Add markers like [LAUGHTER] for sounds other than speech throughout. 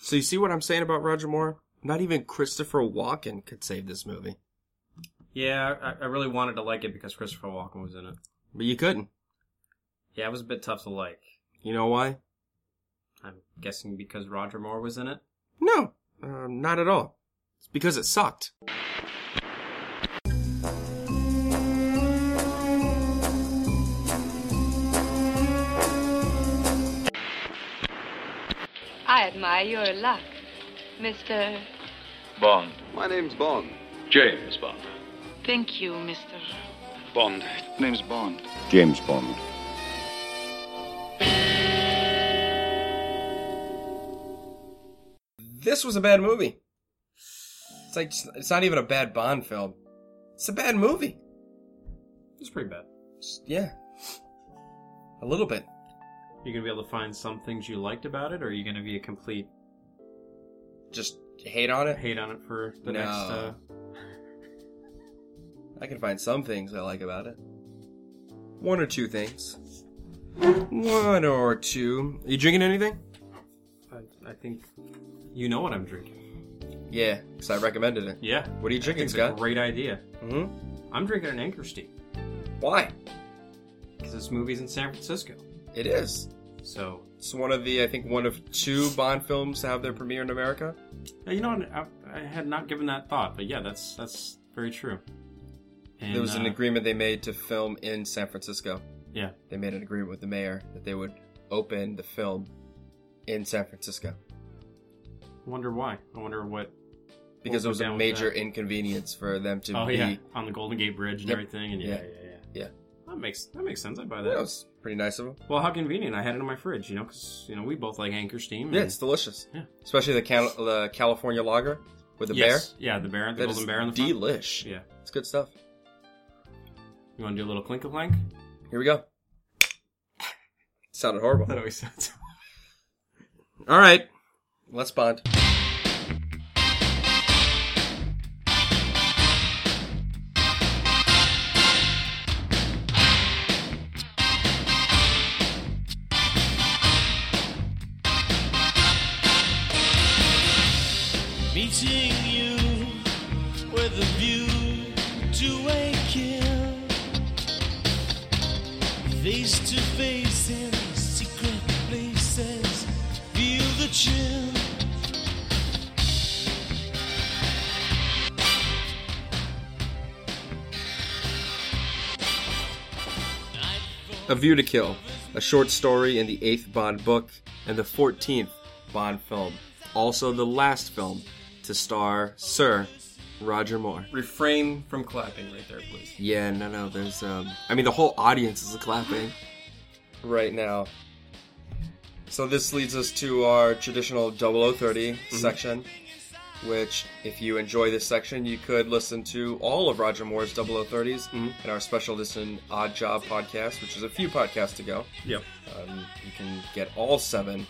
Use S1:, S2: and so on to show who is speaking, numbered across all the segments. S1: So you see what I'm saying about Roger Moore? Not even Christopher Walken could save this movie.
S2: Yeah, I, I really wanted to like it because Christopher Walken was in it.
S1: But you couldn't.
S2: Yeah, it was a bit tough to like.
S1: You know why?
S2: I'm guessing because Roger Moore was in it.
S1: No, uh, not at all. It's because it sucked.
S3: I admire your luck, Mr.
S4: Bond.
S5: My name's Bond.
S4: James Bond.
S3: Thank you, Mr.
S4: Bond. Name's Bond.
S6: James Bond.
S1: This was a bad movie. It's like it's not even a bad Bond film. It's a bad movie.
S2: It's pretty bad.
S1: Just- yeah, a little bit.
S2: You're gonna be able to find some things you liked about it, or are you gonna be a complete
S1: Just hate on it.
S2: hate on it for the
S1: No.
S2: next? Uh,
S1: I can find some things I like about it. One or two things. One or two. you drinking anything?
S2: I, I think you know what I'm drinking.
S1: Yeah, because I recommended it.
S2: Yeah.
S1: What are you
S2: I
S1: drinking,
S2: think it's a
S1: Scott?
S2: great idea.
S1: hmm
S2: I'm drinking an Anchor Steak
S1: Why?
S2: because this movie's in San Francisco.
S1: It is.
S2: So
S1: It's one of the, I think, one of two Bond films to have their premiere in America.
S2: Yeah, you know, what, I, I had not given that thought, but yeah, that's that's very true. And,
S1: there was an
S2: uh,
S1: agreement they made to film in San Francisco.
S2: Yeah,
S1: They made an agreement with the mayor that they would open the film in San Francisco
S2: I wonder why. I wonder what.
S1: because it
S2: We'll
S1: was
S2: go
S1: a
S2: down with
S1: major
S2: that.
S1: inconvenience for them to
S2: Oh
S1: be.
S2: yeah, on the Golden Gate Bridge and
S1: Yep.
S2: everything, and yeah,
S1: Yeah.
S2: yeah, yeah,
S1: Yeah.
S2: That makes that makes sense. I buy that.
S1: That was pretty nice of them.
S2: Well, how convenient! I had it in my fridge, you know, because you know we both like Anchor Steam.
S1: Yeah,
S2: and-
S1: it's delicious.
S2: Mm-hmm. Yeah.
S1: Especially the, Cal- the California lager with the
S2: Yes. Yeah, the bear,
S1: bear.
S2: the
S1: That is
S2: Golden Bear on the front.
S1: delish.
S2: Yeah,
S1: It's good stuff.
S2: you want to do a little clink a plank?
S1: Here we go. Sounded horrible.
S2: That always sounds. [LAUGHS]
S1: All right. Let's bond.
S7: Meeting you with a view to a kill. Face to face in secret places, feel the chill.
S1: A View to Kill, a short story in the eighth Bond book and the 14th Bond film. Also, the last film to star Sir Roger Moore.
S2: Refrain from clapping right there, please.
S1: Yeah, no, no, there's, um, I mean, the whole audience is clapping right now. So, this leads us to our traditional 0030 section, which, if you enjoy this section, you could listen to all of Roger Moore's 0030s in our special listen Odd Job podcast, which is a few podcasts ago.
S2: Yep.
S1: Um, you can get all seven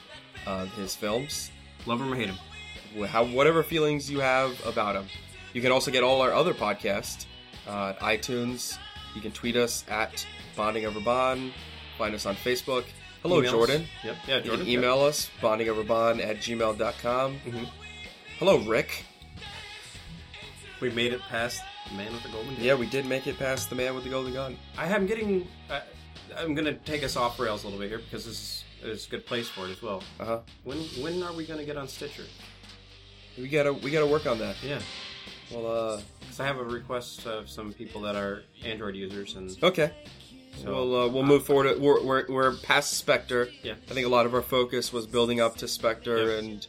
S1: of his films,
S2: Love him or hate him.
S1: wh- how, whatever feelings you have about him. You can also get all our other podcasts uh, at iTunes. You can tweet us at Bonding Over Bond. Find us on Facebook. Hello,
S2: Emails.
S1: Jordan.
S2: Yep. Yeah,
S1: You
S2: Jordan.
S1: can email us, bondingoverbond at gmail.com.
S2: Mhm.
S1: Hello, Rick.
S2: We made it past the man with the golden. Gate.
S1: Yeah, we did make it past the man with the golden gun.
S2: I am getting. Uh, I'm gonna take us off rails a little bit here because this is, is a good place for it as well.
S1: Uh huh.
S2: When when are we gonna get on Stitcher?
S1: We gotta we gotta work on that.
S2: Yeah,
S1: Well, uh,
S2: because I have a request of some people that are Android users, and
S1: Okay.
S2: So-
S1: we'll uh, we'll move forward. We're, we're, we're past Spectre.
S2: Yeah.
S1: I think a lot of our focus was building up to Spectre
S2: Yeah.
S1: and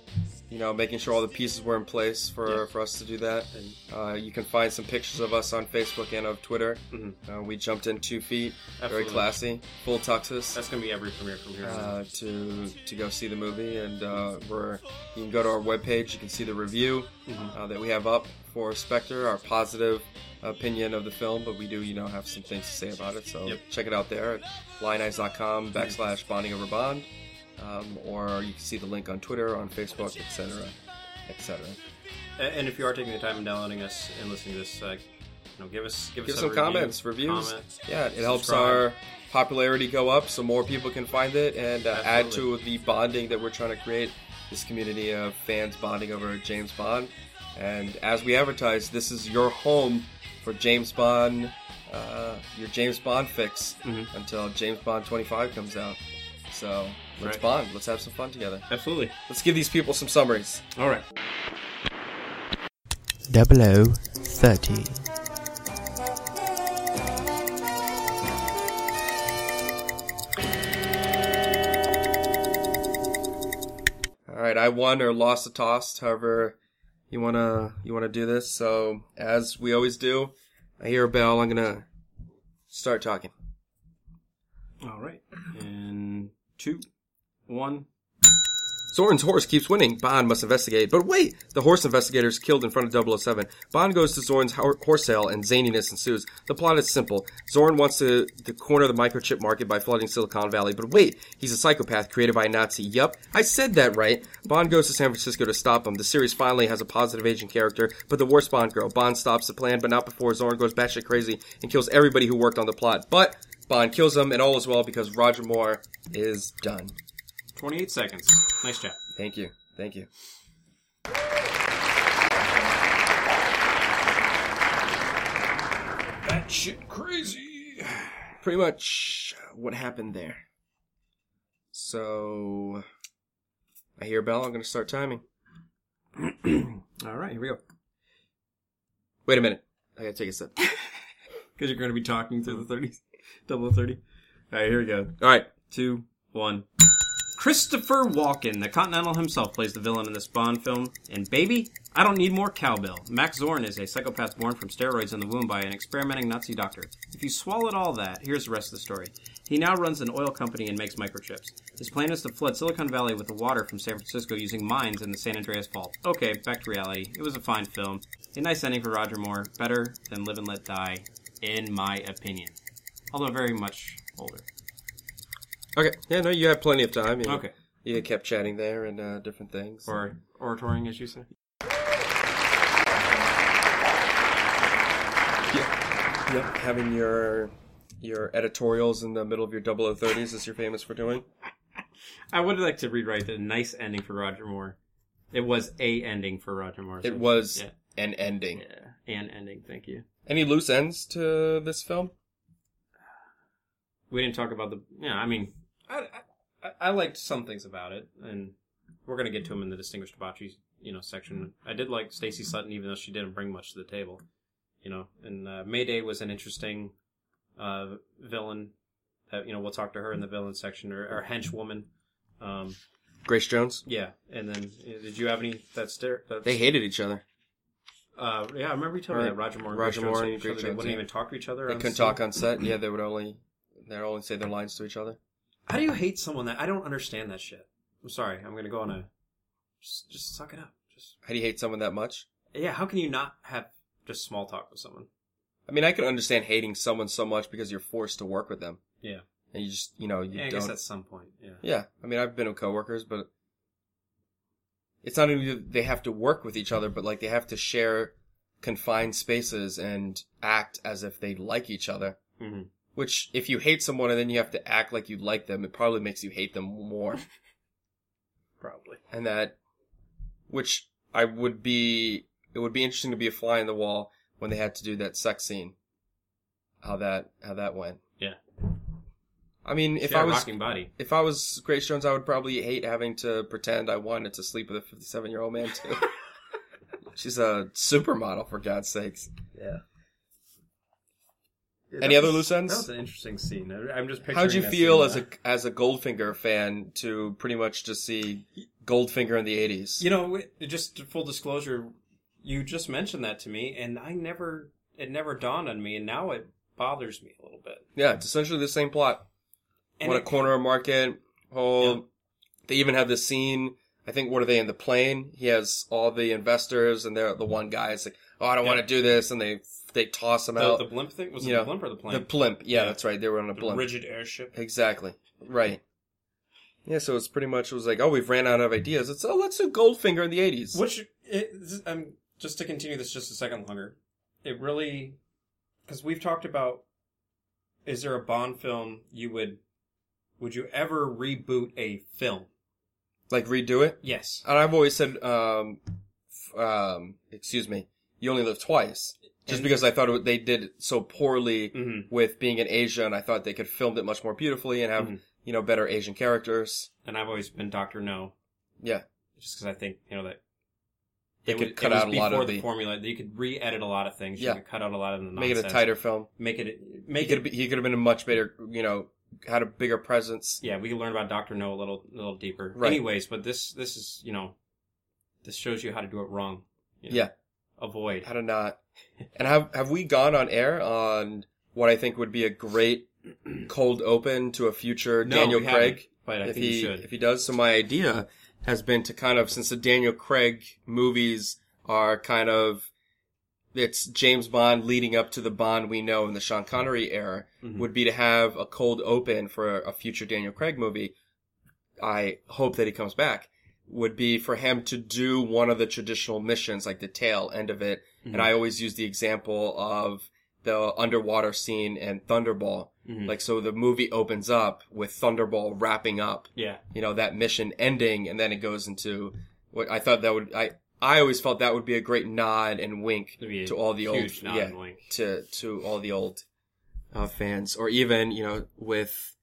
S1: you know making sure all the pieces were in place for
S2: Yeah.
S1: for us to do that.
S2: and
S1: Uh, you can find some pictures of us on Facebook and of Twitter.
S2: Mhm.
S1: Uh, we jumped in two feet,
S2: Absolutely.
S1: very classy, full tuxes.
S2: that's gonna be every premiere from here. on out.
S1: Uh, to to go see the movie and uh, we're you can go to our webpage you can see the review
S2: Mhm.
S1: uh, that we have up for Spectre our positive opinion of the film but we do you know have some things to say about it so
S2: Yep.
S1: check it out there at lineeyes.com backslash bonding over bond um, or you can see the link on Twitter on Facebook etc etc
S2: A- and if you are taking the time and downloading us and listening to this, uh, you know, give us give,
S1: give
S2: us
S1: some
S2: a review,
S1: comments reviews
S2: comment.
S1: yeah it helps
S2: subscribe.
S1: our popularity go up so more people can find it and uh, add to
S2: Absolutely.
S1: the bonding that we're trying to create this community of fans bonding over James Bond. And as we advertise, this is your home for James Bond, uh, your James Bond fix until James Bond 25 comes out. So let's
S2: Right.
S1: bond. Let's have some fun together.
S2: Absolutely.
S1: Let's give these people some summaries.
S2: All right.
S5: 0030.
S1: All right, I won or lost the toss. However, you wanna you wanna do this. So as we always do, I hear a bell. I'm gonna start talking.
S2: All right. And two, one.
S1: Zorn's horse keeps winning. Bond must investigate. But wait! The horse investigator is killed in front of 007. Bond goes to Zorn's ho- horse sale and zaniness ensues. The plot is simple. Zorn wants to, to corner the microchip market by flooding Silicon Valley. But wait! He's a psychopath created by a Nazi. Yup, I said that right. Bond goes to San Francisco to stop him. The series finally has a positive Asian character, but the worst Bond girl. Bond stops the plan, but not before Zorn goes batshit crazy and kills everybody who worked on the plot. But Bond kills him, and all is well because Roger Moore is done.
S2: 28 seconds. Nice job.
S1: Thank you. Thank you.
S2: That shit crazy.
S1: pretty much what happened there. So I hear a bell. I'm going to start timing.
S2: [CLEARS THROAT] All right, here we go.
S1: Wait a minute. I got to take a sip.
S2: Because you're going to be talking to the 30, double 30. All right, here we go.
S1: All right.
S2: Two, one. Christopher Walken, the Continental himself, plays the villain in this Bond film. And baby, I don't need more cowbell. Max Zorn is a psychopath born from steroids in the womb by an experimenting Nazi doctor. If you swallowed all that, here's the rest of the story. He now runs an oil company and makes microchips. His plan is to flood Silicon Valley with the water from San Francisco using mines in the San Andreas Fault. Okay, back to reality. It was a fine film. A nice ending for Roger Moore. Better than Live and Let Die, in my opinion. Although very much older.
S1: Okay. Yeah. No, you had plenty of time. You,
S2: Okay.
S1: You kept chatting there and uh, different things.
S2: or oratoring, as you say.
S1: Yep. Having your your editorials in the middle of your 0030s is you're famous for doing.
S2: I would like to rewrite the nice ending for Roger Moore. It was a ending for Roger Moore. so-
S1: It was
S2: Yeah.
S1: an ending.
S2: yeah, an ending. Thank you.
S1: Any loose ends to this film?
S2: We didn't talk about the. Yeah, I mean, I, I I liked some things about it, and we're gonna get to them in the distinguished debauchees, you know, section. I did like Stacy Sutton, even though she didn't bring much to the table, you know. And uh, Mayday was an interesting uh, villain. That you know, we'll talk to her in the villain section or, or henchwoman. Um,
S1: Grace Jones.
S2: Yeah, and then uh, did you have any that stare? That,
S1: They hated each other.
S2: uh, yeah, I remember you telling me
S1: Right.
S2: that Roger Moore, and
S1: Roger
S2: Grace Jones
S1: Moore
S2: hated
S1: and
S2: each other.
S1: Grace
S2: they
S1: Jones,
S2: wouldn't
S1: yeah.
S2: even talk to each other.
S1: They
S2: on
S1: couldn't
S2: set.
S1: talk on set. Yeah, they would only they would only say their lines to each other.
S2: How do you hate someone that I don't understand that shit? I'm sorry, I'm gonna go on a just just suck it up. Just
S1: How do you hate someone that much?
S2: yeah, how can you not have just small talk with someone?
S1: I mean, I can understand hating someone so much because you're forced to work with them,
S2: Yeah,
S1: and you just, you know, you
S2: yeah I guess
S1: don't.
S2: at some point, yeah,
S1: Yeah, I mean, I've been with coworkers, but it's not only that they have to work with each other, but like they have to share confined spaces and act as if they like each other.
S2: hmm
S1: Which, if you hate someone and then you have to act like you like them, it probably makes you hate them more.
S2: probably.
S1: and that which I would be it would be interesting to be a fly in the wall when they had to do that sex scene. How that how that went.
S2: Yeah.
S1: I mean, if
S2: She had
S1: I
S2: a
S1: was
S2: rocking body,
S1: if I was Grace Jones, I would probably hate having to pretend I wanted to sleep with a 57 year old man
S2: [LAUGHS]
S1: too. She's a supermodel for God's sakes.
S2: Yeah,
S1: Any
S2: that
S1: other
S2: was-
S1: loose ends?
S2: That was an interesting scene. I- I'm just picturing.
S1: How'd you
S2: that
S1: feel
S2: scene,
S1: as
S2: uh,
S1: a as a Goldfinger fan to pretty much just see Goldfinger in the 80s?
S2: You know, we- just full disclosure, you just mentioned that to me, and I never, it never dawned on me, and now it bothers me a little bit.
S1: Yeah, it's essentially the same plot.
S2: And
S1: want
S2: it-
S1: to corner a market. Whole.
S2: Yeah.
S1: They even have this scene. I think what are they in the plane? He has all the investors, and they're the one guy. is like, oh, I don't
S2: Yeah.
S1: want to do this, and they they toss him
S2: the,
S1: out.
S2: the blimp thing was it
S1: you
S2: the
S1: know,
S2: blimp or the plane?
S1: The plimp. Yeah,
S2: Yeah.
S1: that's right. They were on a
S2: The
S1: blimp.
S2: rigid airship.
S1: Exactly. Right. Yeah, so it's pretty much it was like, oh, we've ran out of ideas. It's oh, let's do Goldfinger in the eighties.
S2: Which it, this- um, just to continue this just a second longer, it really because we've talked about is there a Bond film you would would you ever reboot a film?
S1: Like redo it?
S2: Yes.
S1: And I've always said, um, f- um, excuse me, you only live twice. Just
S2: And-
S1: because I thought it, they did it so poorly
S2: Mhm.
S1: with being in Asia, and I thought they could filmed it much more beautifully and have
S2: Mhm.
S1: you know better Asian characters.
S2: And I've always been Doctor No,
S1: Yeah,
S2: just because I think you know that
S1: They
S2: it
S1: could
S2: was-
S1: cut
S2: it was
S1: out a lot
S2: before
S1: of
S2: the,
S1: the-
S2: formula. You could re-edit a lot of things.
S1: Yeah.
S2: You could cut out a lot of the
S1: make
S2: nonsense.
S1: it a tighter film.
S2: Make it
S1: He
S2: make
S1: could
S2: it.
S1: be, he could have been a much better, you know, had a bigger presence.
S2: yeah, we can learn about Doctor No a little a little deeper.
S1: Right.
S2: Anyways, but this this is you know this shows you how to do it wrong. you know.
S1: Yeah.
S2: Avoid.
S1: How to not? And have have we gone on air on what I think would be a
S2: [CLEARS THROAT]
S1: great cold open to a future
S2: No,
S1: Daniel
S2: we haven't,
S1: Craig?
S2: but I
S1: if
S2: think we
S1: he
S2: should.
S1: if he does, so my idea has been to kind of since the Daniel Craig movies are kind of it's James Bond leading up to the Bond we know in the Sean Connery era
S2: Mm-hmm.
S1: would be to have a cold open for a future Daniel Craig movie. I hope that he comes back. Would be for him to do one of the traditional missions, like the tail end of it.
S2: Mm-hmm.
S1: And I always use the example of the underwater scene in Thunderball.
S2: Mm-hmm.
S1: Like, so the movie opens up with Thunderball wrapping up
S2: Yeah.
S1: you know that mission ending and then it goes into what I thought that would I I always felt that would be a great nod and wink
S2: It'd be a
S1: to all the old
S2: huge nod
S1: yeah,
S2: and wink.
S1: to to all the old uh, fans or even you know with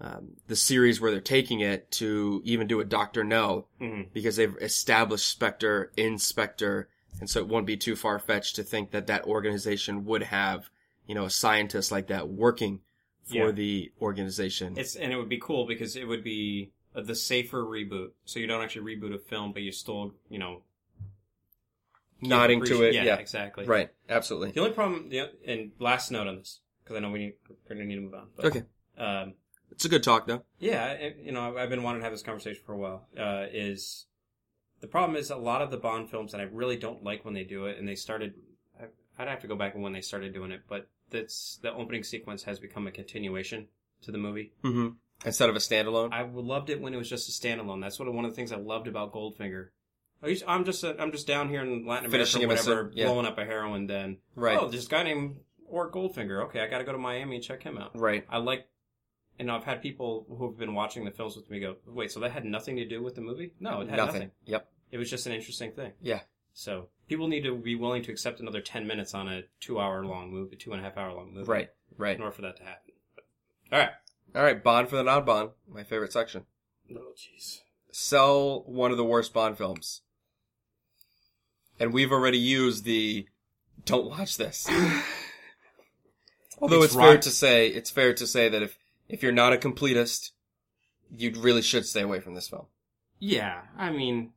S1: um, the series where they're taking it to even do a Doctor No because they've established Spectre in Spectre and so it won't be too far fetched to think that that organization would have you know a scientist like that working for
S2: Yeah.
S1: the organization.
S2: It's and it would be cool because it would be the safer reboot. So you don't actually reboot a film, but you still you know
S1: nodding to
S2: appreciate-
S1: it, yeah,
S2: exactly.
S1: right, absolutely.
S2: The only problem, the, and last note on this because I know we need we're gonna need to move on. But,
S1: Okay.
S2: Um,
S1: It's a good talk though.
S2: yeah, I- you know, I've been wanting to have this conversation for a while. Uh, is the problem is a lot of the Bond films, and I really don't like when they do it, and they started. I- I'd have to go back when they started doing it, but that's the opening sequence has become a continuation to the movie.
S1: Mm-hmm. Instead of a standalone.
S2: I loved it when it was just a standalone. That's what one of the things I loved about Goldfinger. I used- I'm just a, I'm just down here in Latin America,
S1: Finishing
S2: or
S1: him as a-
S2: whatever,
S1: yeah.
S2: blowing up a heroin den.
S1: Right.
S2: Oh, there's a guy named or Goldfinger. Okay, I got to go to Miami and check him out.
S1: Right.
S2: I like, and I've had people who have been watching the films with me go, wait, so that had nothing to do with the movie? No, it had nothing.
S1: Yep.
S2: It was just an interesting thing.
S1: Yeah.
S2: So people need to be willing to accept another ten minutes on a two hour long movie, two and a half hour long movie,
S1: Right. Right.
S2: In order for that to happen. All right.
S1: All right. Bond for the non Bond. My favorite section.
S2: Oh, jeez.
S1: Sell one of the worst Bond films. And we've already used the don't watch
S2: [SIGHS]
S1: this. Although it's,
S2: It's
S1: fair
S2: right.
S1: to say, it's fair to say that if, if you're not a completist, you really should stay away from this film.
S2: Yeah, I mean,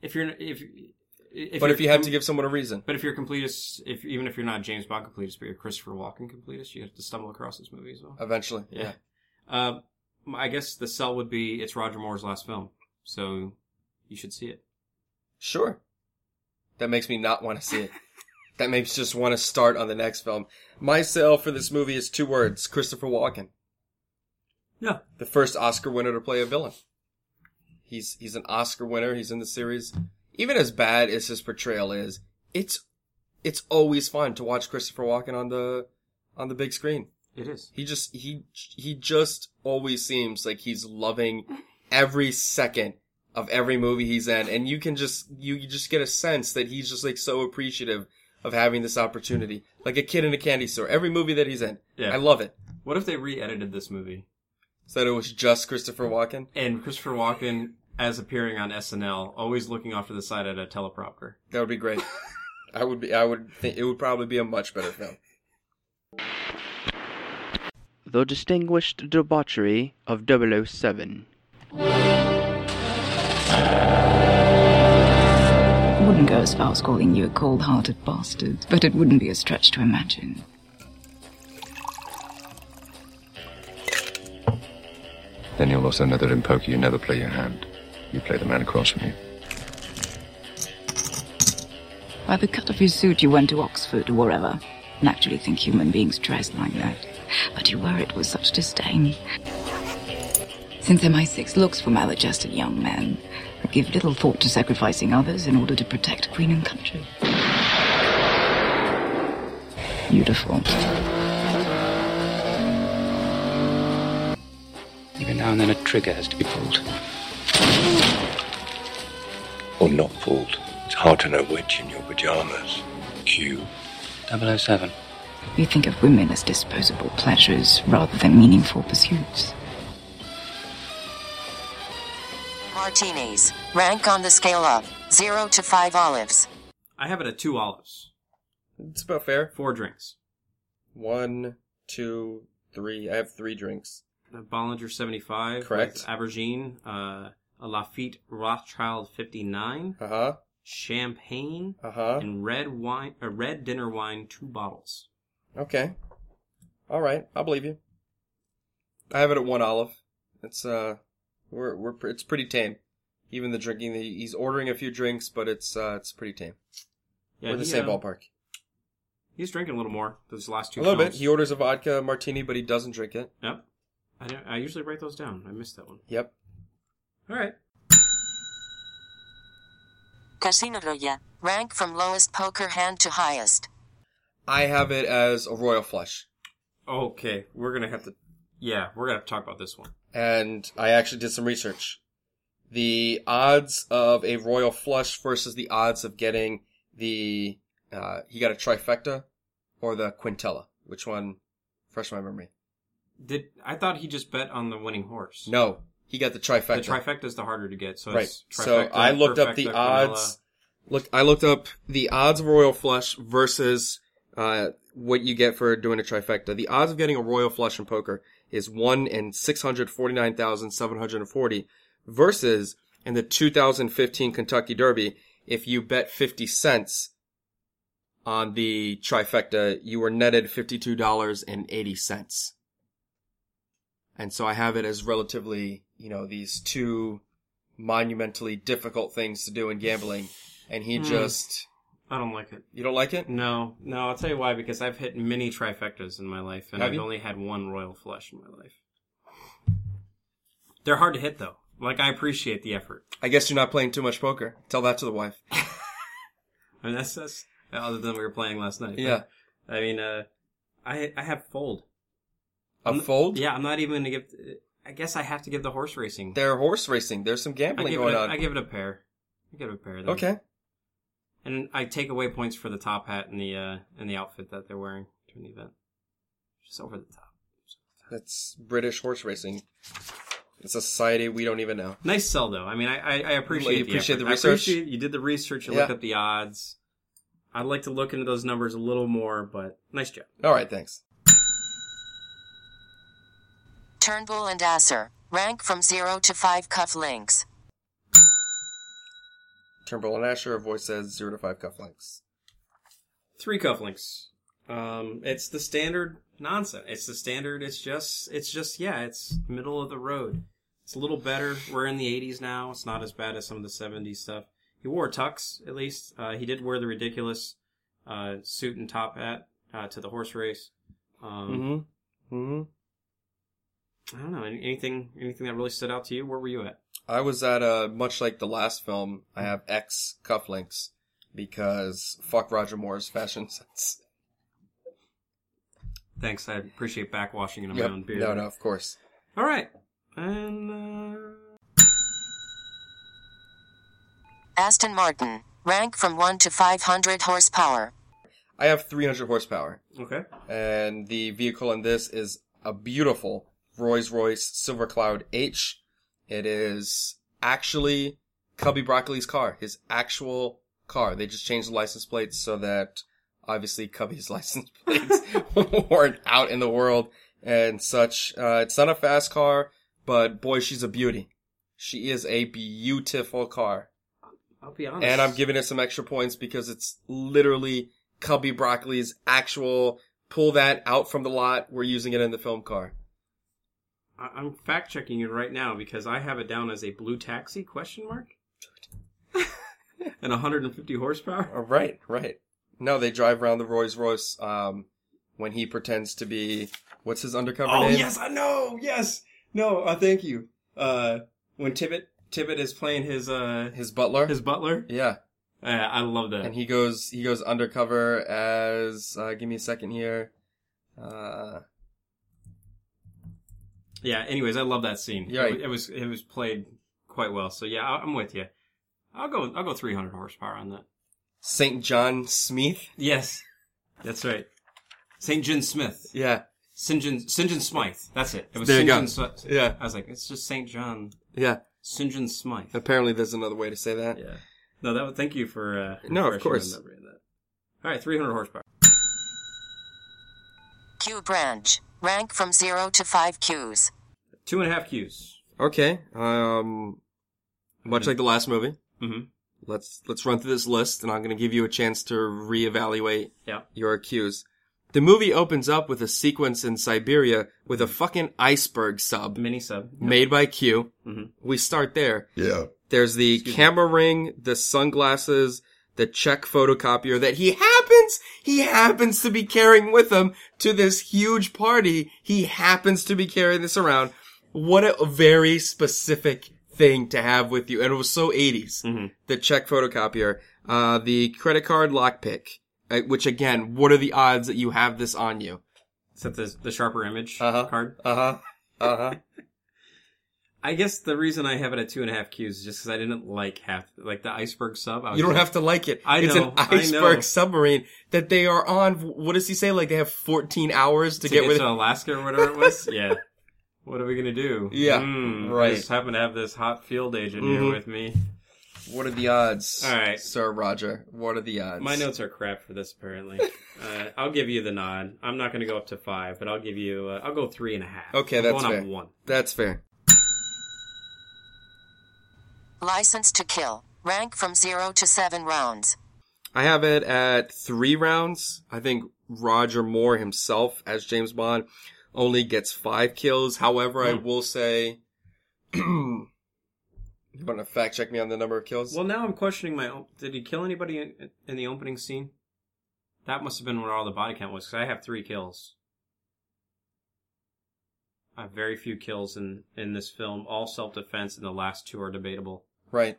S2: if you're if if
S1: but
S2: you're
S1: if you had
S2: com-
S1: to give someone a reason.
S2: but if you're a completist, if even if you're not a James Bond completist, but you're a Christopher Walken completist, you have to stumble across this movie as well.
S1: Eventually.
S2: Yeah. Uh, I guess the sell would be it's Roger Moore's last film, so you should see it.
S1: Sure. That makes me not want to
S2: [LAUGHS]
S1: see it. that makes just want to start on the next film. My sale for this movie is two words: Christopher Walken,
S2: Yeah,
S1: the first Oscar winner to play a villain. He's he's an Oscar winner. He's in the series. Even as bad as his portrayal is, it's it's always fun to watch Christopher Walken on the on the big screen.
S2: it is.
S1: He just he he just always seems like he's loving every second of every movie he's in, and you can just you, you just get a sense that he's just like so appreciative of having this opportunity, like a kid in a candy store. Every movie that he's in,
S2: Yeah.
S1: I love it.
S2: What if they re-edited this movie
S1: So that it was just Christopher Walken.
S2: and Christopher Walken as appearing on SNL, always looking off to the side at a teleprompter?
S1: That would be great. I would be. I would think it would probably be a much better film.
S5: The distinguished debauchery of 007.
S6: wouldn't go as far as calling you a cold hearted bastard, but it wouldn't be a stretch to imagine.
S8: Then you'll also know that in poker you never play your hand. You play the man across from you.
S6: By the cut of your suit, you went to Oxford or wherever. Naturally, think human beings dressed like that. But you wear it with such disdain. Since MI6 looks for maladjusted young men, that give little thought to sacrificing others in order to protect Queen and country. Beautiful.
S9: Every now and then a trigger has to be pulled. or not pulled. It's hard to know which in your pajamas. Q.
S5: 007.
S6: You think of women as disposable pleasures rather than meaningful pursuits.
S10: Martinis. Rank on the scale of 0 to 5 olives.
S2: I have it at two olives,
S1: It's about fair.
S2: four drinks.
S1: One, two, three. I have three drinks.
S2: A Bollinger 75.
S1: Correct.
S2: with Aubergine. Uh, a Lafitte Rothschild 59.
S1: Uh huh.
S2: Champagne.
S1: Uh huh.
S2: And red wine, a red dinner wine, two bottles.
S1: Okay. All right, I believe you. I have it at one olive. It's uh, we're we're pre- it's pretty tame. Even the drinking, the, he's ordering a few drinks, but it's uh, it's pretty tame. we're the
S2: he,
S1: same
S2: uh,
S1: ballpark.
S2: He's drinking a little more those last two.
S1: A little bit.
S2: films.
S1: He orders a vodka martini, but he doesn't drink it.
S2: Yep. I, don't, I usually write those down. I missed that one.
S1: Yep.
S2: All right.
S10: Casino Royale. Rank from lowest poker hand to highest.
S1: I have it as a royal flush,
S2: Okay, we're gonna have to. Yeah, we're gonna have to talk about this one.
S1: and I actually did some research. The odds of a royal flush versus the odds of getting the uh, he got a trifecta or the quintella. Which one? Fresh in my memory.
S2: Did I thought he just bet on the winning horse?
S1: No, he got the
S2: the
S1: trifecta.
S2: trifecta is the harder to get. So
S1: right.
S2: it's trifecta,
S1: So I looked up the
S2: perfecta,
S1: odds. Look, I looked up the odds of a royal flush versus uh, what you get for doing a trifecta. The odds of getting a royal flush in poker is one in six hundred forty nine thousand seven hundred forty versus in the two thousand fifteen Kentucky Derby. If you bet fifty cents on the trifecta, you were netted fifty two dollars and eighty cents. And so I have it as relatively, you know, these two monumentally difficult things to do in gambling. And he
S2: Hmm.
S1: just,
S2: I don't like it.
S1: you don't like it?
S2: No, no. I'll tell you why. Because I've hit many trifectas in my life, and
S1: Have
S2: I've
S1: you?
S2: only had one royal flush in my life. They're hard to hit, though. Like I appreciate the effort.
S1: I guess you're not playing too much poker. Tell that to the wife.
S2: I mean, that's that's other than we were playing last night. but,
S1: Yeah.
S2: I mean, uh, I I have fold.
S1: A
S2: I'm-
S1: fold?
S2: Yeah, I'm not even gonna give. uh, I guess I have to give the horse racing.
S1: They're horse racing. There's some
S2: I
S1: gambling
S2: give,
S1: going
S2: it a,
S1: on.
S2: I give it a pair. I give it a pair. Then.
S1: okay.
S2: And I take away points for the top hat and the uh and the outfit that they're wearing during the event. Just over the top.
S1: That's British horse racing. It's a society we don't even know.
S2: Nice sell though. I mean, I I, I appreciate
S1: You appreciate
S2: the,
S1: the
S2: effort. I
S1: research?
S2: appreciate you did the research. You
S1: Yeah.
S2: looked up the odds. I'd like to look into those numbers a little more, but nice job.
S1: All right, thanks.
S10: Turnbull and Asser. Rank from 0 to 5 cuff links.
S1: Turnbull and Asher, a voice says zero to five cufflinks.
S2: Three cufflinks. Um, it's the standard nonsense. It's the standard. It's just, it's just, yeah, it's middle of the road. It's a little better. We're in the 80s now. It's not as bad as some of the 70s stuff. He wore tux, at least. Uh, he did wear the ridiculous uh, suit and top hat uh, to the horse race. Um,
S1: Mm-hmm. Mm-hmm.
S2: I don't know any- anything. Anything that really stood out to you? Where were you at?
S1: I was at uh much like the last film. I have X cufflinks because fuck Roger Moore's fashion [LAUGHS] sense.
S2: Thanks. I appreciate backwashing into
S1: Yep.
S2: my own beard.
S1: No, no, of course.
S2: All right. And uh,
S10: Aston Martin. Rank from 1 to 500 horsepower.
S1: I have 300 horsepower,
S2: okay.
S1: and the vehicle in this is a beautiful Rolls Royce Silver Cloud H. It is actually Cubby Broccoli's car, his actual car. They just changed the license plates so that obviously Cubby's [LAUGHS] license plates weren't out in the world and such. Uh, it's not a fast car, but boy, she's a beauty. She is a beautiful car.
S2: I'll be honest.
S1: And I'm giving it some extra points because it's literally Cubby Broccoli's actual pull that out from the lot. We're using it in the film car.
S2: I- I'm fact checking you right now because I have it down as a blue taxi question mark [LAUGHS] and 150 horsepower.
S1: Oh, right, right. No, they drive around the Rolls Royce um, when he pretends to be what's his undercover
S2: Oh
S1: name?
S2: yes, I know. Yes, no. Uh, thank you. Uh, when Tibbet Tibbet is playing his uh
S1: His butler.
S2: his butler,
S1: yeah,
S2: uh, I love that.
S1: and he goes he goes undercover as uh, give me a second here. Uh,
S2: yeah. Anyways, I love that scene.
S1: Yeah.
S2: It, wa- it was it was played quite well. So yeah, I- I'm with you. I'll go. I'll go 300 horsepower on that.
S1: St. John Smith.
S2: Yes, that's right. St. John Smith.
S1: Yeah.
S2: St. John. St. John Smythe. That's it. It was
S1: There
S2: St.
S1: you go.
S2: John Smythe.
S1: Yeah.
S2: I was like, it's just St. John.
S1: Yeah.
S2: St. John Smythe.
S1: Apparently, there's another way to say that.
S2: Yeah. No, that. would Thank you for. Uh,
S1: No, of
S2: refreshing
S1: course.
S2: my memory of that. All right, 300 horsepower.
S10: Q branch. Rank from 0 to 5 Qs.
S2: Two and a half Qs.
S1: Okay. Um, much like the last movie,
S2: Mm-hmm.
S1: let's let's run through this list, and I'm going to give you a chance to reevaluate
S2: Yeah.
S1: your cues. The movie opens up with a sequence in Siberia with a fucking iceberg sub
S2: Mini sub.
S1: made by Q.
S2: Mhm.
S1: We start there.
S11: Yeah.
S1: There's the camera ring, the sunglasses, the check photocopier that he happens, he happens to be carrying with him to this huge party. He happens to be carrying this around. What a very specific thing to have with you. And it was so 80s.
S2: Mm-hmm.
S1: The check photocopier, uh, the credit card lockpick, uh, which again, what are the odds that you have this on you?
S2: Except the the sharper image
S1: Uh-huh.
S2: card.
S1: Uh huh. Uh huh.
S2: I guess the reason I have it at two and a half Qs is just because I didn't like half like the iceberg sub. I
S1: [LAUGHS]
S2: was
S1: You don't
S2: like-
S1: have to like it.
S2: I
S1: it's
S2: know,
S1: an
S2: I know.
S1: iceberg submarine that they are on. What does he say? Like they have 14 hours to,
S2: to
S1: get,
S2: get
S1: with
S2: to Alaska or whatever
S1: [LAUGHS]
S2: it was. yeah. What are we gonna do?
S1: Yeah,
S2: Hmm, I
S1: right.
S2: just happen to have this hot field agent
S1: Mhm.
S2: here with me.
S1: What are the odds?
S2: All right.
S1: Sir Roger. What are the odds?
S2: My notes are crap for this apparently. uh, I'll give you the nod. I'm not gonna go up to five, but I'll give you. Uh, I'll go three and a half.
S1: Okay,
S2: I'm
S1: that's
S2: going
S1: fair.
S2: Up one.
S1: That's fair.
S10: License to kill. Rank from 0 to 7 rounds.
S1: I have it at three rounds. I think Roger Moore himself as James Bond only gets five kills. However, I
S2: Hmm.
S1: will say, [CLEARS THROAT] you want to fact check me on the number of kills?
S2: Well, now I'm questioning my. own Did he kill anybody in, in the opening scene? That must have been what all the body count was. Because I have three kills. I have very few kills in in this film. All self defense, and the last two are debatable.
S1: right.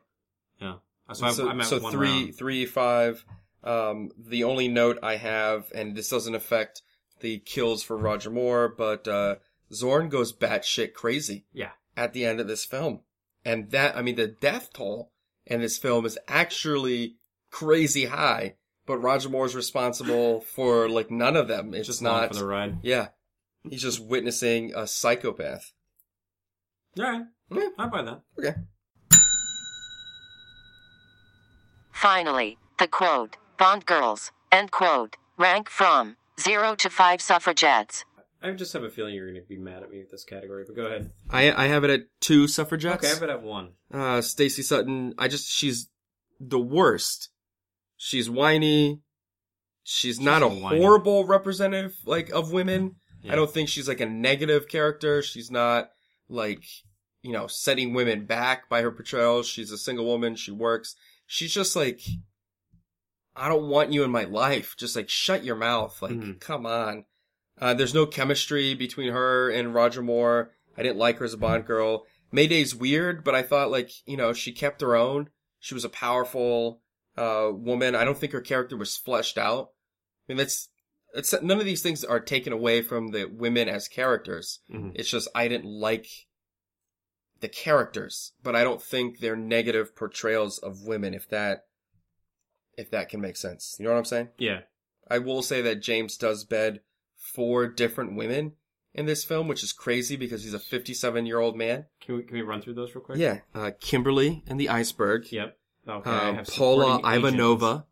S2: Yeah. So, I'm, I'm at
S1: so
S2: one
S1: three,
S2: round.
S1: three, five. Um, the only note I have, and this doesn't affect the kills for Roger Moore, but uh, Zorn goes batshit crazy
S2: Yeah.
S1: at the end of this film, and that I mean the death toll in this film is actually crazy high. But Roger Moore's [LAUGHS] responsible for like none of them. It's
S2: Just not
S1: not.
S2: for the ride.
S1: yeah, he's just witnessing a psychopath.
S2: All right.
S1: Yeah.
S2: I buy that.
S1: Okay.
S10: Finally, the quote. Bond girls. End quote. Rank from 0 to 5 suffragettes.
S2: I just have a feeling you're going to be mad at me with this category, but go ahead.
S1: I I have it at two suffragettes.
S2: Okay, I have it at one.
S1: uh Stacy Sutton, I just she's the worst. She's whiny. She's, not a
S2: not whiny.
S1: horrible representative like of women.
S2: Yeah.
S1: I don't think she's like a negative character. She's not like, you know, setting women back by her portrayal. She's a single woman, she works. She's just like I don't want you in my life. Just like shut your mouth. Like
S2: Mhm.
S1: come on. Uh, there's no chemistry between her and Roger Moore. I didn't like her as a Bond girl. Mayday's weird, but I thought like you know she kept her own. She was a powerful uh, woman. I don't think her character was fleshed out. I mean that's it's none of these things are taken away from the women as characters.
S2: Mhm.
S1: It's just I didn't like the characters, but I don't think they're negative portrayals of women. If that if that can make sense, you know what I'm saying?
S2: Yeah.
S1: I will say that James does bed four different women in this film, which is crazy because he's a 57 year old man.
S2: Can we can we run through those real quick?
S1: Yeah. Uh, Kimberly and the Iceberg.
S2: Yep. Okay. I
S1: Uh,
S2: have
S1: Paula
S2: supporting agents.
S1: Ivanova,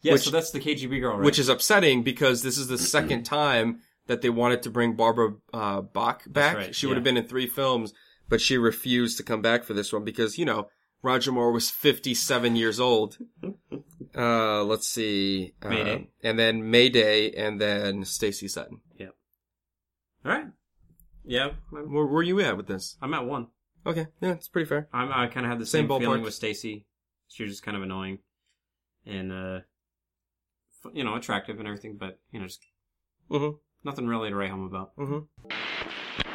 S2: Yeah,
S1: which-
S2: so that's the KGB girl, right?
S1: which is upsetting because this [CLEARS THROAT] is the second time that they wanted to bring Barbara uh, Bach back.
S2: right,
S1: she would have
S2: yeah.
S1: been in three films, but she refused to come back for this one because, you know, Roger Moore was 57 years [LAUGHS] old. Uh, let's see. Uh,
S2: Mayday.
S1: And then Mayday and then Stacy Sutton.
S2: All right. Yeah, I'm,
S1: Where were you at with this?
S2: I'm at one.
S1: Okay, yeah, it's pretty fair.
S2: I'm, I kind of had the same,
S1: Same
S2: feeling
S1: ballpark.
S2: with Stacy. She was just kind of annoying, and uh, f- you know, attractive and everything, but you know, just
S1: Mm-hmm.
S2: nothing really to write home about.
S1: Mm-hmm.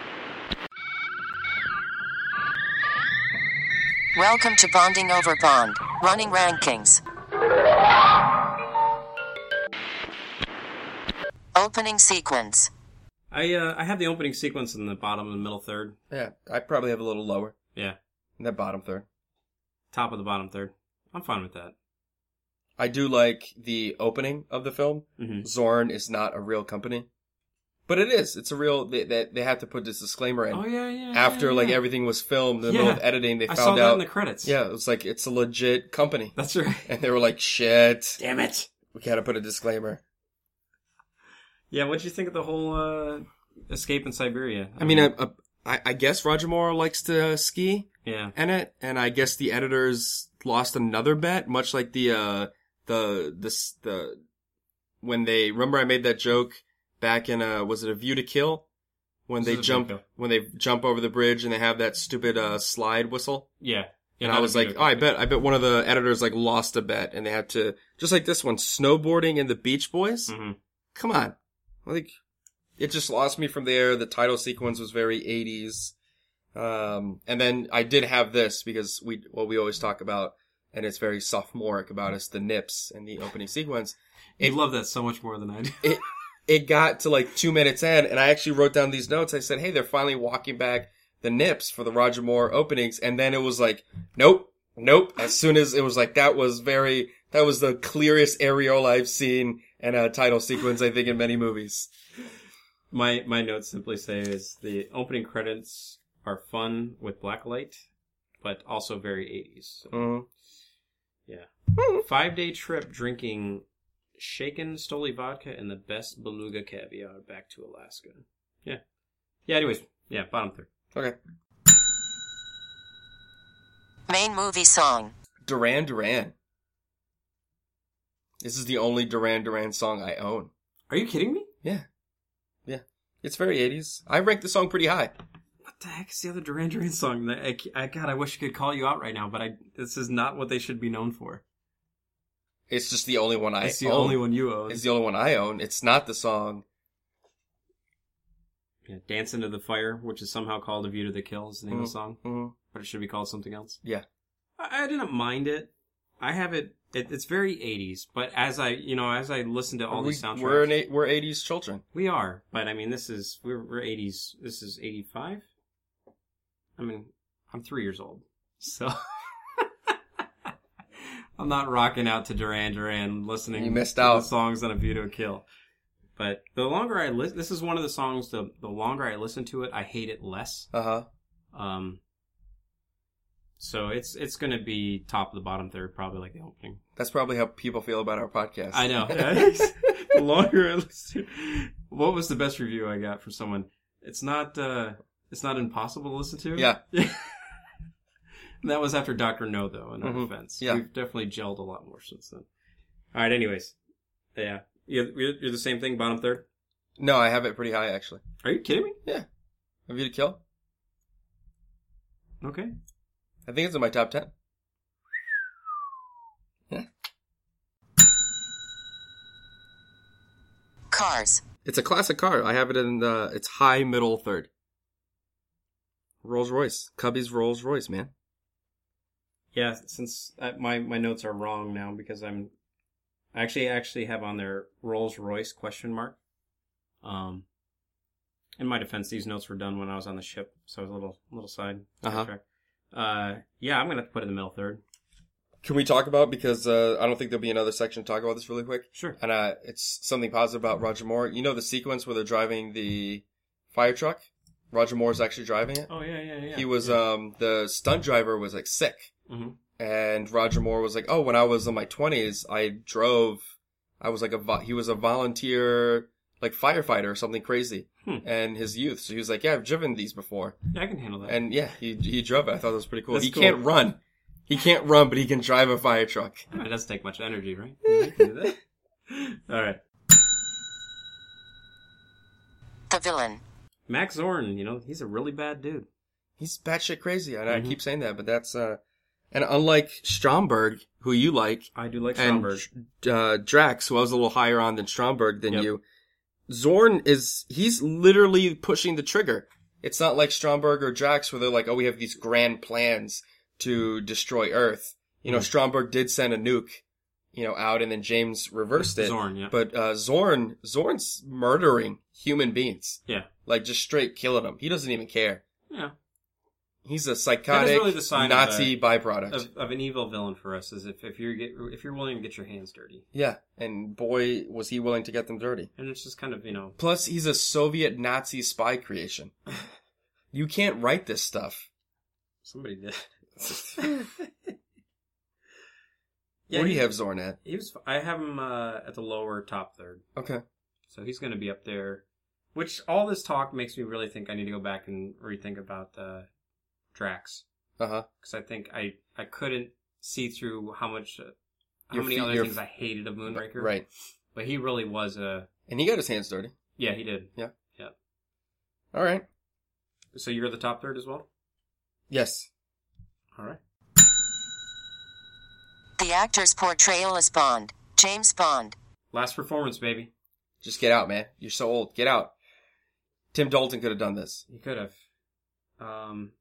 S10: Welcome to Bonding Over Bond. Running rankings. Opening sequence.
S2: I uh, I had the opening sequence in the bottom and middle third.
S1: Yeah, I probably have a little lower
S2: Yeah,
S1: in that bottom third.
S2: top of the bottom third. I'm fine with that.
S1: I do like the opening of the film.
S2: Mhm.
S1: Zorn is not a real company, but it is. It's a real. They they, they had to put this disclaimer in.
S2: Oh, yeah, yeah,
S1: After
S2: yeah,
S1: like
S2: yeah.
S1: everything was filmed, in the middle
S2: Yeah.
S1: of editing, they
S2: I
S1: found
S2: saw that
S1: out
S2: in the credits.
S1: Yeah, it was like it's a legit company.
S2: That's right.
S1: And they were like, "Shit,
S2: Damn it.
S1: we gotta put a disclaimer."
S2: Yeah, what'd you think of the whole uh, escape in Siberia?
S1: I mean, I, I, I guess Roger Moore likes to ski
S2: yeah,
S1: in it, and I guess the editors lost another bet, much like the uh the this the when they remember I made that joke back in uh was it a View to Kill when
S2: This
S1: they
S2: is A View to
S1: jump
S2: Kill.
S1: when they jump over the bridge and they have that stupid uh slide whistle.
S2: yeah. Yeah,
S1: And
S2: that
S1: I was
S2: would be
S1: like,
S2: a-
S1: oh, I bet, I bet one of the editors like lost a bet, and they had to just like this one, snowboarding and the Beach Boys.
S2: Mhm.
S1: Come on, like it just lost me from there. The title sequence was very '80s, um, and then I did have this because we what we always talk about, and it's very sophomoric about us, the Nips and the opening sequence.
S2: you love that so much more
S1: [LAUGHS]
S2: than I do.
S1: It it got to like two minutes in, and I actually wrote down these notes. I said, hey, they're finally walking back the Nips for the Roger Moore openings, and then it was like, nope. Nope. As soon as it was like that was very that was the clearest areola I've seen and a title sequence I think in many movies.
S2: My my notes simply say is the opening credits are fun with black light, but also very 80s. So,
S1: Mhm.
S2: yeah. Five day trip drinking shaken Stoli vodka and the best beluga caviar back to Alaska. Yeah. Yeah, anyways. Yeah, bottom third.
S1: Okay.
S10: Main movie song.
S1: Duran Duran. This is the only Duran Duran song I own.
S2: Are you kidding me?
S1: Yeah. Yeah. It's very 80s. I ranked the song pretty high.
S2: What the heck is the other Duran Duran song? That I, I, God, I wish I could call you out right now, but I this is not what they should be known for.
S1: It's just the only one I
S2: It's the
S1: own.
S2: only one you own.
S1: It's the only one I own. It's not the song.
S2: Yeah, Dance into the Fire, which is somehow called A View to the Kill, is the name of the song,
S1: Mhm.
S2: but it should be called something else.
S1: Yeah.
S2: I, I didn't mind it. I have it, it. It's very '80s, but as I, you know, as I listen to all
S1: we,
S2: these soundtracks,
S1: we're, an eight, we're 80s children.
S2: we are. But I mean, this is we're, we're '80s. This is '85. I mean, I'm three years old, so [LAUGHS] I'm not rocking out to Duran Duran listening.
S1: You missed
S2: to the
S1: out.
S2: songs on A View to a Kill. But the longer I listen, this is one of the songs. The the longer I listen to it, I hate it less.
S1: Uh huh.
S2: Um, so it's it's going to be top of the bottom third, probably like the opening.
S1: That's probably how people feel about our podcast.
S2: I know. [LAUGHS] the [LAUGHS] longer I listen, what was the best review I got from someone? It's not uh, it's not impossible to listen to.
S1: Yeah.
S2: And [LAUGHS] that was after Doctor No, though. In our
S1: Mhm.
S2: defense,
S1: Yeah.
S2: we've definitely gelled a lot more since then. All right. Anyways, yeah, you're, you're you're the same thing. Bottom third.
S1: [LAUGHS] no, I have it pretty high, actually.
S2: Are you kidding me?
S1: Yeah. Have you to kill?
S2: Okay.
S1: I think it's in my top 10.
S10: Cars.
S1: It's a classic car. I have it in the it's high middle third. Rolls Royce, Cubby's Rolls Royce, man.
S2: Yeah, since uh, my my notes are wrong now because I'm I actually actually have on there Rolls Royce question mark. Um, in my defense, these notes were done when I was on the ship, so I was a little little side
S1: Uh-huh.
S2: track. Uh, yeah, I'm gonna have to put it in the middle third.
S1: Can we talk about because uh, I don't think there'll be another section to talk about this really quick.
S2: Sure.
S1: And uh, it's something positive about Roger Moore. You know the sequence where they're driving the fire truck. Roger Moore's actually driving it.
S2: Oh yeah, yeah, yeah.
S1: He was um the stunt driver was like sick,
S2: hmm
S1: and Roger Moore was like, oh, when I was in my twenties, I drove. I was like a vo- he was a volunteer like firefighter or something crazy,
S2: Hmm.
S1: and his youth. So he was like, yeah, I've driven these before.
S2: Yeah, I can handle that.
S1: And yeah, he he drove it. I thought that was pretty cool.
S2: That's
S1: he
S2: cool.
S1: can't run. He can't run, but he can drive a fire truck.
S2: it doesn't take much energy, right? [LAUGHS] Yeah, I can do that. All right,
S10: The villain.
S2: Max Zorn. You know he's a really bad dude.
S1: He's batshit crazy. And
S2: Mhm.
S1: I keep saying that, but that's uh and unlike Stromberg, who you like,
S2: I do like
S1: and
S2: Stromberg.
S1: uh, Drax, who I was a little higher on than Stromberg than
S2: Yep.
S1: you, Zorn is he's literally pushing the trigger. It's not like Stromberg or Drax where they're like, oh, we have these grand plans to destroy Earth. You know,
S2: Mhm.
S1: Stromberg did send a nuke, you know, out, and then James reversed it.
S2: Zorn, yeah.
S1: But uh, Zorn, Zorn's murdering human beings,
S2: yeah,
S1: like just straight killing them. He doesn't even care.
S2: yeah.
S1: He's a
S2: That is
S1: psychotic
S2: really the sign
S1: Nazi
S2: of a-
S1: byproduct.
S2: of, of an evil villain for us. Is if, if you're get, if you're willing to get your hands dirty,
S1: yeah, and boy, was he willing to get them dirty.
S2: and it's just kind of you know
S1: Plus, he's a Soviet Nazi spy creation. [SIGHS] You can't write this stuff.
S2: somebody did. [LAUGHS]
S1: what do
S2: he-
S1: you have Zorn at?
S2: He was. I have him uh, at the lower top third,
S1: Okay.
S2: so he's going to be up there. Which all this talk makes me really think I need to go back and rethink about uh, Drax
S1: Uh huh.
S2: because I think I I couldn't see through how much uh, how
S1: Your
S2: many
S1: fe-
S2: other
S1: your
S2: things
S1: f-
S2: I hated of Moonraker.
S1: Right.
S2: but he really was a
S1: And he got his hands dirty.
S2: yeah he did
S1: Yeah.
S2: yeah.
S1: All right.
S2: So you're the top third as well.
S1: Yes.
S2: All right.
S10: The actor's portrayal as Bond, James Bond.
S2: Last performance, baby.
S1: Just get out, man. You're so old. Get out. Tim Dalton could have done this.
S2: He could have. Um,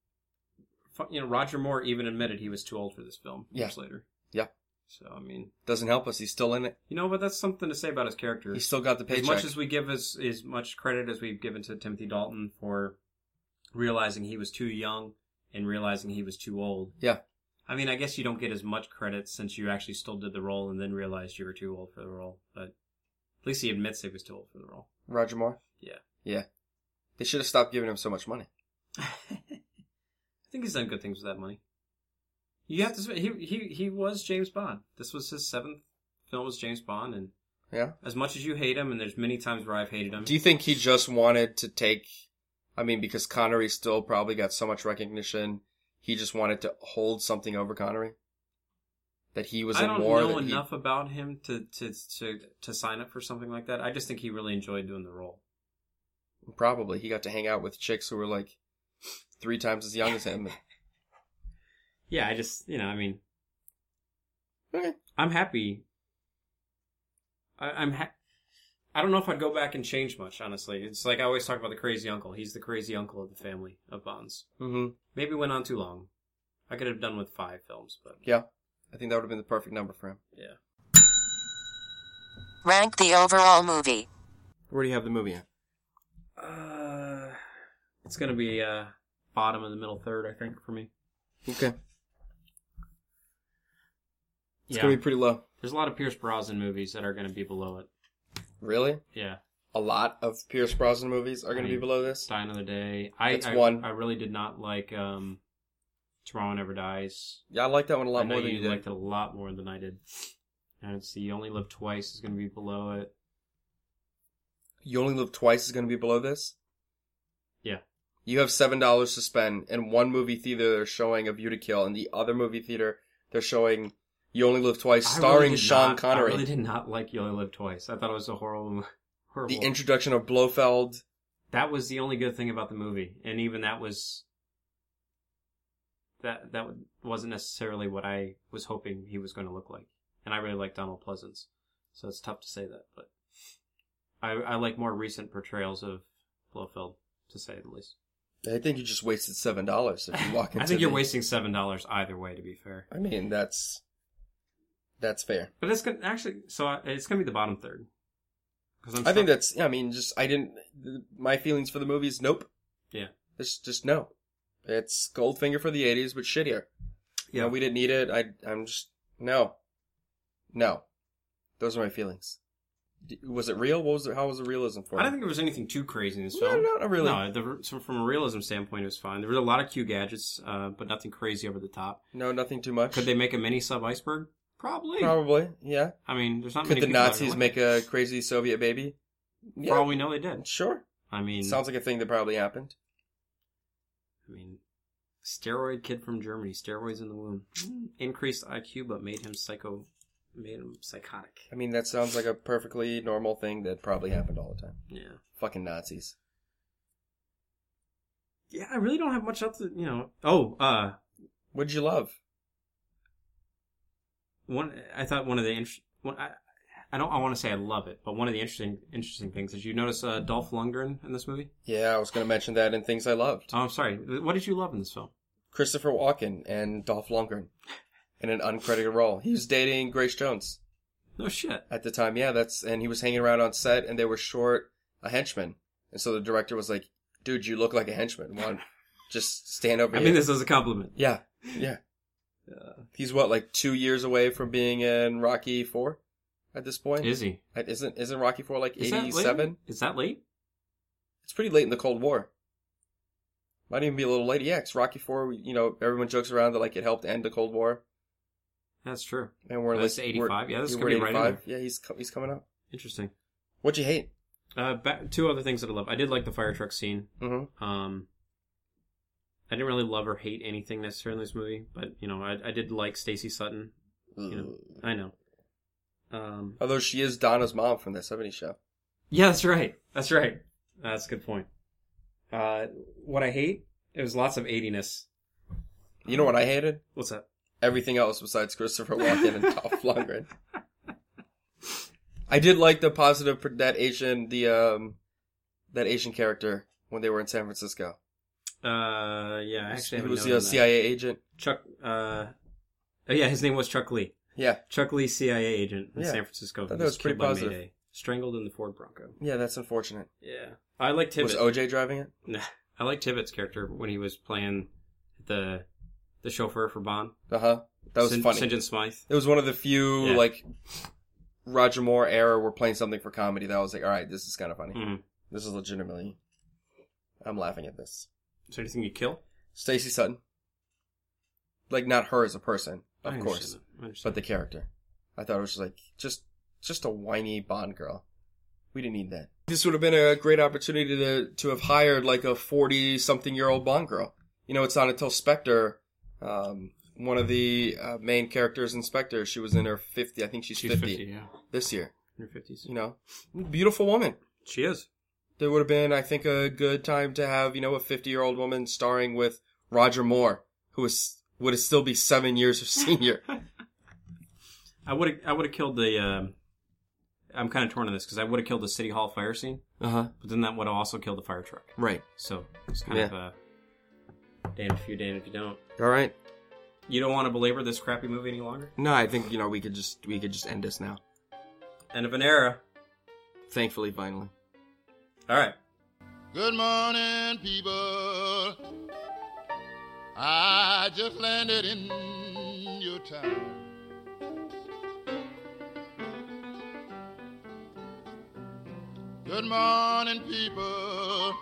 S2: fu- you know, Roger Moore even admitted he was too old for this film
S1: Yeah.
S2: years later.
S1: Yeah.
S2: So I mean,
S1: Doesn't help us. He's still in it.
S2: you know, but that's something to say about his character.
S1: He's still got the paycheck.
S2: As much as we give as as much credit as we've given to Timothy Dalton for realizing he was too young and realizing he was too old.
S1: yeah.
S2: I mean, I guess you don't get as much credit since you actually still did the role and then realized you were too old for the role. But at least he admits he was too old for the role.
S1: Roger Moore.
S2: Yeah.
S1: Yeah. They should have stopped giving him so much money.
S2: I think he's done good things with that money. You have to. He he he was James Bond. This was his seventh film as James Bond, and
S1: Yeah.
S2: as much as you hate him, and there's many times where I've hated him.
S1: Do you think he just wanted to take? I mean, because Connery still probably got so much recognition, he just wanted to hold something over Connery. That he was
S2: I
S1: in
S2: don't
S1: war.
S2: know
S1: that he-
S2: enough about him to, to to to sign up for something like that. I just think he really enjoyed doing the role.
S1: probably he got to hang out with chicks who were like three times as young as him. [LAUGHS]
S2: Yeah, I just you know, I mean,
S1: Okay.
S2: I'm happy. I, I'm ha- I don't know if I'd go back and change much. Honestly, it's like I always talk about the crazy uncle. He's the crazy uncle of the family of Bonds.
S1: Mm-hmm.
S2: Maybe went on too long. I could have done with five films, but
S1: Yeah, I think that would have been the perfect number for him.
S2: yeah.
S10: Rank the overall movie.
S1: Where do you have the movie at?
S2: Uh, it's gonna be uh bottom of the middle third, I think, for me.
S1: Okay, it's
S2: yeah,
S1: gonna be pretty low.
S2: there's a lot of Pierce Brosnan movies that are gonna be below it.
S1: Really,
S2: Yeah,
S1: a lot of Pierce Brosnan movies are gonna
S2: I mean,
S1: be below this.
S2: Die Another Day. I,
S1: That's
S2: I
S1: one.
S2: I really did not like um, Tomorrow Never Dies.
S1: Yeah, I like that one a lot
S2: I know
S1: more than
S2: you,
S1: you did.
S2: liked it a lot more than I did. And let's see, You Only Live Twice is gonna be below it.
S1: You only live twice is gonna be below this.
S2: Yeah,
S1: You have seven dollars to spend, and one movie theater they're showing A View to Kill, and the other movie theater they're showing You Only Live Twice,
S2: I really
S1: starring
S2: did
S1: Sean
S2: not-
S1: Connery.
S2: I really did not like You Only Live Twice. I thought it was a horrible, [LAUGHS] horrible.
S1: the introduction of Blofeld.
S2: that was the only good thing about the movie, and even that was that that wasn't necessarily what I was hoping he was going to look like. And I really like Donald Pleasance, so it's tough to say that, but I I like more recent portrayals of Blofeld, to say the least.
S1: I think you just wasted seven dollars if you walk into.
S2: [LAUGHS] I think you're
S1: the-
S2: wasting seven dollars either way, to be fair.
S1: I mean, that's that's fair.
S2: But it's gonna actually, so I- it's gonna be the bottom third. 'Cause I'm
S1: I think
S2: stuck-
S1: that's. yeah, I mean, just I didn't. My feelings for the movie is nope.
S2: yeah,
S1: It's just no. It's Goldfinger for the '80s, but shittier. Yeah, we didn't need it. I, I'm just no, no. Those are my feelings. D- Was it real? What was it? How was the realism for
S2: I don't
S1: it?
S2: think there was anything too crazy in this
S1: No,
S2: film.
S1: no, not really.
S2: No, the, so from a realism standpoint, it was fine. There was a lot of cute gadgets, uh, but nothing crazy over the top.
S1: no, nothing too much.
S2: Could they make a mini sub iceberg? Probably.
S1: Probably, yeah.
S2: I mean, there's not
S1: Could
S2: many
S1: the
S2: people that are
S1: Nazis
S2: like-
S1: make a crazy Soviet baby?
S2: For all
S1: Yeah,
S2: we know, they did.
S1: sure.
S2: I mean,
S1: Sounds like a thing that probably happened.
S2: I mean, steroid kid from Germany, steroids in the womb, Mm, increased IQ, but made him psycho, made him psychotic.
S1: I mean, that sounds like a perfectly normal thing that probably happened all the time.
S2: Yeah.
S1: Fucking Nazis.
S2: Yeah, I really don't have much else to, you know. Oh, uh,
S1: What'd you love?
S2: one I thought one of the inter- one, I, I don't I want to say I love it, but one of the interesting interesting things is you notice uh, Dolph Lundgren in this movie.
S1: Yeah, I was going to mention that in things I loved.
S2: Oh, I'm sorry. What did you love in this film?
S1: Christopher Walken and Dolph Lundgren in an uncredited role. He was dating Grace Jones.
S2: No shit.
S1: At the time, yeah, that's and he was hanging around on set, and they were short a henchman, and so the director was like, "Dude, you look like a henchman. Why, Just stand over
S2: I
S1: here.
S2: mean this as a compliment.
S1: Yeah, yeah. He's what, like two years away from being in Rocky Four at this point.
S2: Is he?
S1: Uh, Isn't isn't Rocky Four like
S2: Is that late?
S1: eighty seven?
S2: Is that late?
S1: It's pretty late in the Cold War. Might even be a little late. Yeah, 'cause Rocky Four. You know, everyone jokes around that like it helped end the Cold War,
S2: That's true.
S1: and we're in,
S2: Oh, That's
S1: like
S2: 85.
S1: we're-
S2: Yeah, this
S1: we're
S2: could be right in
S1: 85.
S2: there.
S1: Yeah, he's co- he's coming up.
S2: Interesting.
S1: What'd you hate?
S2: Uh, back, two other things that I love. I did like the fire truck scene.
S1: Mm-hmm.
S2: Um, I didn't really love or hate anything necessarily in this movie, but you know, I, I did like Stacy Sutton. You know, I know. Um,
S1: Although she is Donna's mom from that 70s show.
S2: yeah, that's right. That's right. That's a good point. Uh, what I hate it was lots of 80ness.
S1: You
S2: Oh.
S1: know what I hated?
S2: What's that?
S1: Everything else besides Christopher Walken and
S2: [LAUGHS]
S1: Dolph Lundgren. I did like the positive pr- that Asian the um that Asian character when they were in San Francisco.
S2: Uh, yeah, I actually
S1: He
S2: haven't
S1: was
S2: known
S1: the
S2: that.
S1: CIA agent.
S2: Chuck. Uh, oh yeah, his name was Chuck Lee.
S1: Yeah,
S2: Chuck Lee, CIA agent in
S1: Yeah.
S2: San Francisco.
S1: Thought that
S2: who
S1: was pretty
S2: killed by
S1: positive.
S2: Mayday, strangled in the Ford Bronco.
S1: yeah, that's unfortunate.
S2: Yeah, I like Tibbet.
S1: Was OJ driving it?
S2: [LAUGHS] Nah, I like Tibbet's character when he was playing the the chauffeur for Bond.
S1: Uh huh. That was
S2: St-
S1: funny.
S2: St. John Smythe.
S1: It was one of the few
S2: Yeah.
S1: like Roger Moore era we're playing something for comedy that I was like, all right, this is kind of funny.
S2: Mhm.
S1: This is legitimately. I'm laughing at this.
S2: Is there anything you kill?
S1: Stacy Sutton. Like not her as a person,
S2: I
S1: of
S2: understand
S1: course,
S2: that. I understand.
S1: but the character. I thought it was like just just a whiny Bond girl. We didn't need that. This would have been a great opportunity to to have hired like a forty something year old Bond girl. You know, it's not until Spectre, um, one of the uh, main characters in Spectre, she was in her fifty. I think she's,
S2: she's
S1: 50,
S2: fifty. Yeah,
S1: this year.
S2: in her fifties.
S1: You know, beautiful woman.
S2: She is.
S1: There would have been, I think, a good time to have you know a fifty year old woman starring with Roger Moore, who is would still be seven years of
S2: [LAUGHS]
S1: senior.
S2: I would have. I would have killed the. Um, I'm kind of torn on this because I would have killed the city hall fire scene,
S1: uh huh.
S2: but then that would have also killed the fire truck.
S1: Right.
S2: So it's kind
S1: Yeah.
S2: of uh, damned if you damned if you don't.
S1: All right.
S2: You don't want to belabor this crappy movie any longer.
S1: No, I think you know we could just we could just end this now.
S2: End of an era.
S1: Thankfully, finally.
S2: All right.
S7: Good morning, people. I just landed in your town. Good morning, people.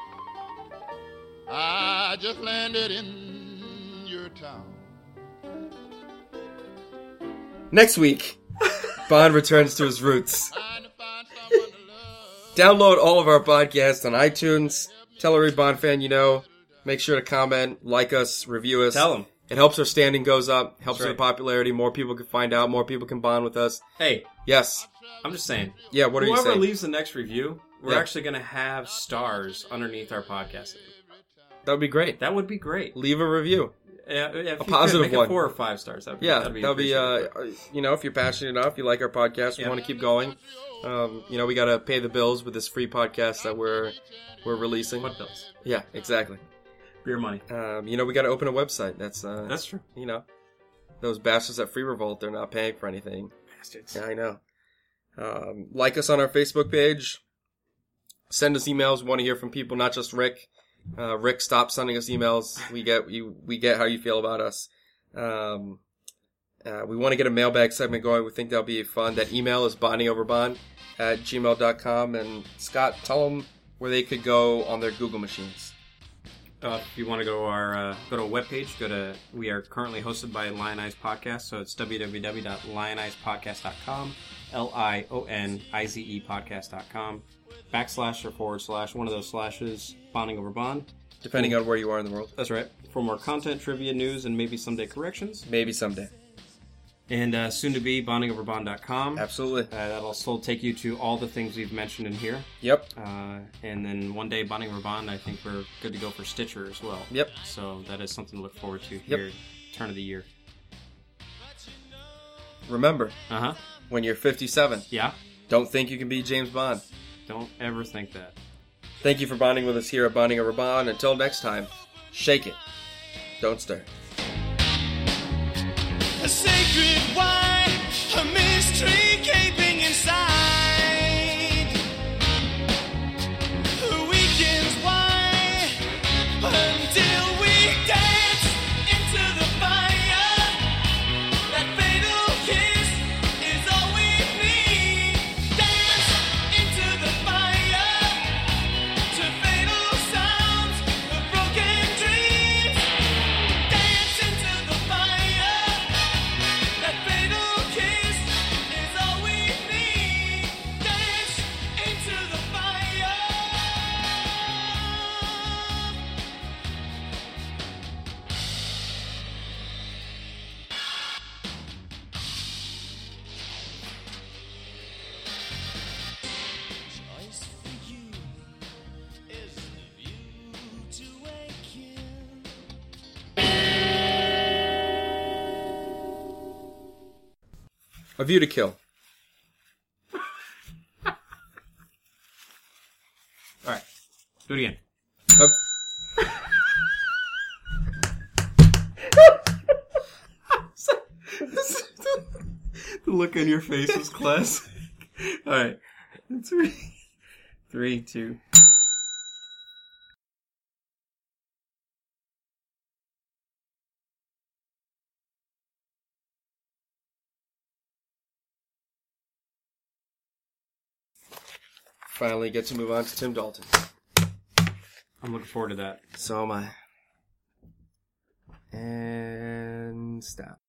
S7: I just landed in your town.
S1: Next week, Bond returns to his roots.
S7: Trying to find someone to love.
S1: Download all of our podcasts on iTunes. Tell every Bond fan you know. Make sure to comment, like us, review us.
S2: Tell 'em.
S1: It helps our standing goes up. Helps
S2: That's
S1: with
S2: right.
S1: popularity. More people can find out. More people can bond with us.
S2: Hey,
S1: Yes.
S2: I'm just saying.
S1: Yeah. What are you
S2: Whoever
S1: saying?
S2: leaves the next review, we're
S1: Yeah.
S2: actually going to have stars underneath our podcast.
S1: that would be great.
S2: That would be great.
S1: Leave a review.
S2: Yeah, if
S1: A
S2: you could
S1: positive
S2: make it
S1: one.
S2: four or five stars. That'd be,
S1: Yeah,
S2: that'd be,
S1: that'll be,
S2: appreciated.
S1: uh, you know, if you're passionate enough, you like our podcast, we
S2: Yeah.
S1: want to keep going. Um, you know, we gotta pay the bills with this free podcast that we're we're releasing.
S2: what bills?
S1: Yeah, exactly.
S2: Beer money.
S1: Um, you know, we gotta open a website. That's uh,
S2: That's true.
S1: you know, those bastards at Free Revolt, they're not paying for anything.
S2: Bastards.
S1: Yeah, I know. Um, like us on our Facebook page. Send us emails. We want to hear from people, not just Rick. Uh, Rick, stop sending us emails. We get you. We get how you feel about us. Um, uh, we want to get a mailbag segment going. We think that'll be fun. That email is bondingoverbond at gmail.com. And Scott, tell them where they could go on their Google machines.
S2: Uh, if you want to go to our uh, go to a webpage, go to we are currently hosted by Lion Eyes Podcast, so it's www.lioneyespodcast.com, l i o n i z e podcast.com, backslash or forward slash one of those slashes, bonding over bond.
S1: Depending on where you are in the world,
S2: That's right. For more content, trivia, news, and maybe someday corrections,
S1: maybe someday.
S2: and uh, soon to be bondingoverbond.com.
S1: Absolutely.
S2: Uh, that'll still take you to all the things we've mentioned in here.
S1: Yep.
S2: Uh, and then one day, Bonding Over Bond, I think we're good to go for Stitcher as well.
S1: Yep.
S2: So that is something to look forward to here, turn of the year.
S1: Remember,
S2: Uh huh.
S1: when you're 57,
S2: Yeah.
S1: don't think you can be James Bond.
S2: Don't ever think that.
S1: Thank you for bonding with us here at Bonding Over Bond. Until next time, shake it. Don't stir.
S7: a sacred wine, a mystery gaping inside. A weekend's wine until we
S1: A View to Kill.
S2: All right, do it again.
S1: A-
S2: The [LAUGHS] look on your face [LAUGHS] was classic. All right, three, three, two.
S1: Finally, get to move on to Tim Dalton.
S2: I'm looking forward to that.
S1: So am I. And stop.